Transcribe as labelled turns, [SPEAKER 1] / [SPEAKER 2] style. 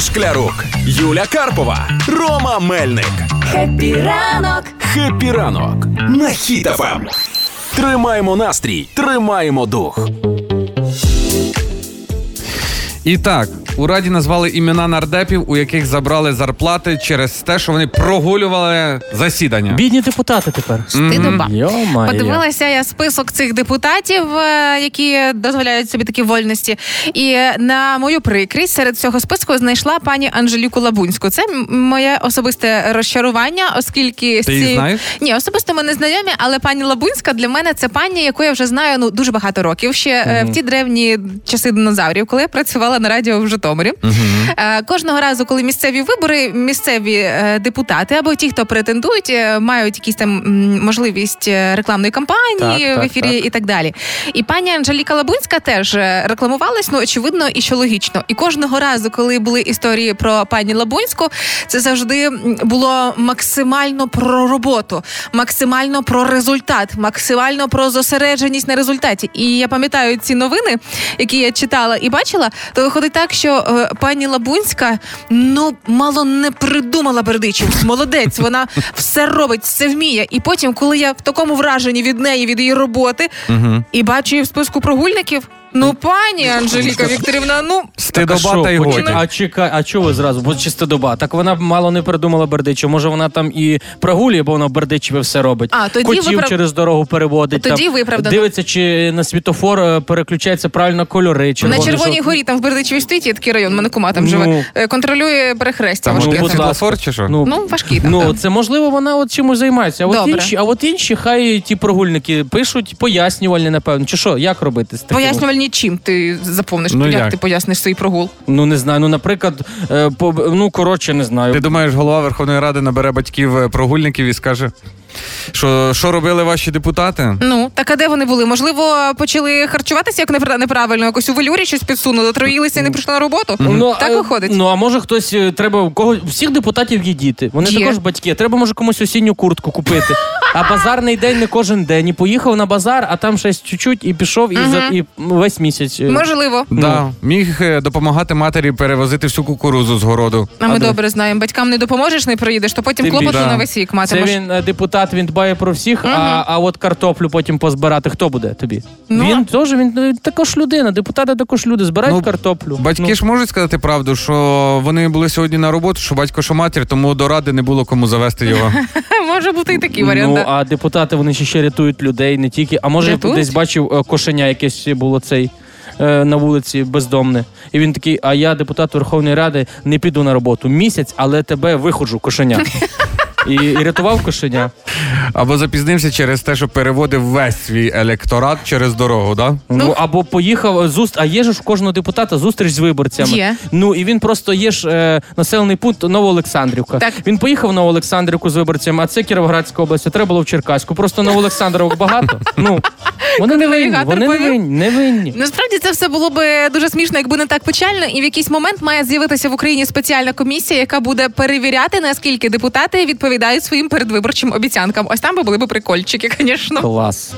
[SPEAKER 1] Шклярук, Юля Карпова, Рома Мельник.
[SPEAKER 2] Ранок
[SPEAKER 1] Хеппі ранок на хітафам. Тримаємо настрій, тримаємо дух.
[SPEAKER 3] І так, у раді назвали імена нардепів, у яких забрали зарплати через те, що вони прогулювали засідання.
[SPEAKER 4] Бідні депутати тепер.
[SPEAKER 5] Ти доба.
[SPEAKER 4] Йо-моє.
[SPEAKER 5] Подивилася я список цих депутатів, е, які дозволяють собі такі вольності. І е, на мою прикрість серед цього списку знайшла пані Анжеліку Лабунську. Це м- моє особисте розчарування, оскільки з
[SPEAKER 3] Ти її
[SPEAKER 5] цією-
[SPEAKER 3] знаєш?
[SPEAKER 5] ні, особисто ми не знайомі, але пані Лабунська для мене це пані, яку я вже знаю ну дуже багато років. Ще е, в ті древні часи динозаврів, коли я працювала на радіо в Житомирі. Е, Кожного разу, коли місцеві вибори, місцеві е, депутати або ті, хто претендують, е, мають якісь там м, можливість е, рекламної кампанії
[SPEAKER 4] Так,
[SPEAKER 5] в
[SPEAKER 4] так,
[SPEAKER 5] ефірі і так далі. І пані Анжеліка Лабунська теж е, рекламувалась, ну очевидно, і що логічно. І кожного разу, коли були історії про пані Лабунську, це завжди м, було максимально про роботу, максимально про результат, максимально про зосередженість на результаті. І я пам'ятаю ці новини, які я читала і бачила. То виходить так, що е, пані Лабунська ну мало не придумала бердичів. Молодець, вона все робить, все вміє. І потім, коли я в такому враженні від неї, від її роботи, і бачу її в списку прогульників. Ну, пані Анжеліка Вікторівна, ну
[SPEAKER 3] Стидоба та й годі.
[SPEAKER 4] А чекай, а чого ви зразу? Бо чисто доба. Так вона б мало не придумала Бердичів. Може вона там і прогулює, бо вона в Бердичеві все робить.
[SPEAKER 5] А, тоді
[SPEAKER 4] Котів
[SPEAKER 5] виправ-
[SPEAKER 4] через дорогу переводить.
[SPEAKER 5] Тоді
[SPEAKER 4] там,
[SPEAKER 5] виправдано.
[SPEAKER 4] Дивиться, чи на світофор е, переключаються правильно кольори.
[SPEAKER 5] на
[SPEAKER 4] червоний,
[SPEAKER 5] Червоній
[SPEAKER 4] жовтий.
[SPEAKER 5] горі там в Бердичеві стоїть, є такий район, мене кума там живе.
[SPEAKER 4] Ну.
[SPEAKER 5] Е, Контролює перехрестя.
[SPEAKER 3] Там
[SPEAKER 5] важке.
[SPEAKER 3] ну,
[SPEAKER 4] будь
[SPEAKER 3] світлофор
[SPEAKER 4] ласка.
[SPEAKER 3] чи що?
[SPEAKER 4] Ну,
[SPEAKER 5] Ну, важкий там.
[SPEAKER 4] Ну,
[SPEAKER 5] так.
[SPEAKER 4] це можливо, вона от чимось займається. А от,
[SPEAKER 5] Добре.
[SPEAKER 4] інші, а от інші, хай ті прогульники пишуть пояснювальні, напевно. Чи що, як робити? З таким?
[SPEAKER 5] Пояснювальні чим ти заповниш,
[SPEAKER 3] Ну,
[SPEAKER 5] як?
[SPEAKER 3] як?
[SPEAKER 5] ти поясниш свій прогул.
[SPEAKER 4] Ну не знаю. Ну, наприклад, е, по, ну коротше, не знаю.
[SPEAKER 3] Ти думаєш, голова Верховної Ради набере батьків е, прогульників і скаже, що, що робили ваші депутати?
[SPEAKER 5] Ну, так а де вони були? Можливо, почали харчуватися як непра- неправильно, якось у велюрі щось підсунули, отруїлися і не прийшли на роботу. так
[SPEAKER 4] е,
[SPEAKER 5] виходить.
[SPEAKER 4] Ну а може хтось е, треба в кого всіх депутатів є діти. Вони
[SPEAKER 5] Є.
[SPEAKER 4] також батьки. Треба може комусь осінню куртку купити. А базарний день не кожен день. І поїхав на базар, а там щось чуть-чуть і пішов, і за і весь місяць. е,
[SPEAKER 5] Можливо.
[SPEAKER 3] Да, міг е, допомагати матері перевозити всю кукурузу з городу.
[SPEAKER 5] А ми
[SPEAKER 4] А де?
[SPEAKER 5] добре знаємо, батькам не допоможеш, не приїдеш, то потім
[SPEAKER 4] Тим
[SPEAKER 5] клопоту
[SPEAKER 3] більше.
[SPEAKER 5] на весь рік
[SPEAKER 4] Це
[SPEAKER 5] матимеш.
[SPEAKER 4] він е, депутат, він дбає про всіх, а, а от картоплю потім позбирати. Хто буде тобі?
[SPEAKER 5] Ну,
[SPEAKER 4] він теж він е, також людина. Депутати також люди. Збирають
[SPEAKER 3] Ну,
[SPEAKER 4] картоплю.
[SPEAKER 3] Батьки
[SPEAKER 4] Ну,
[SPEAKER 3] ж можуть сказати правду, що вони були сьогодні на роботу, що батько, що матір, тому до ради не було кому завести його.
[SPEAKER 5] Може бути і такий варіант.
[SPEAKER 4] Ну
[SPEAKER 5] да.
[SPEAKER 4] а депутати вони ще, ще рятують людей, не тільки. А може
[SPEAKER 5] Рятують?
[SPEAKER 4] я десь бачив е, кошеня, якесь було цей. е, На вулиці бездомне, і він такий: А я депутат Верховної Ради, не піду на роботу місяць, але тебе виходжу, кошеня. І, і рятував кошеня.
[SPEAKER 3] Або запізнився через те, що переводив весь свій електорат через дорогу, да?
[SPEAKER 4] Ну, або поїхав е, зуст, а є ж у кожного депутата зустріч з виборцями.
[SPEAKER 5] Є.
[SPEAKER 4] Ну і він просто є ж е, населений пункт Новоолександрівка.
[SPEAKER 5] Так.
[SPEAKER 4] Він поїхав в Новоолександрівку з виборцями, а це Кіровоградська область, а треба було в Черкаську. Просто Новоолександрівок багато. Ну вони не винні,
[SPEAKER 5] Навігатор
[SPEAKER 4] вони не
[SPEAKER 5] повів.
[SPEAKER 4] винні, не винні.
[SPEAKER 5] Насправді це все було би дуже смішно, якби не так печально. І в якийсь момент має з'явитися в Україні спеціальна комісія, яка буде перевіряти, наскільки депутати відповідають своїм передвиборчим обіцянкам. Ось там би були б прикольчики, звісно.
[SPEAKER 4] Клас.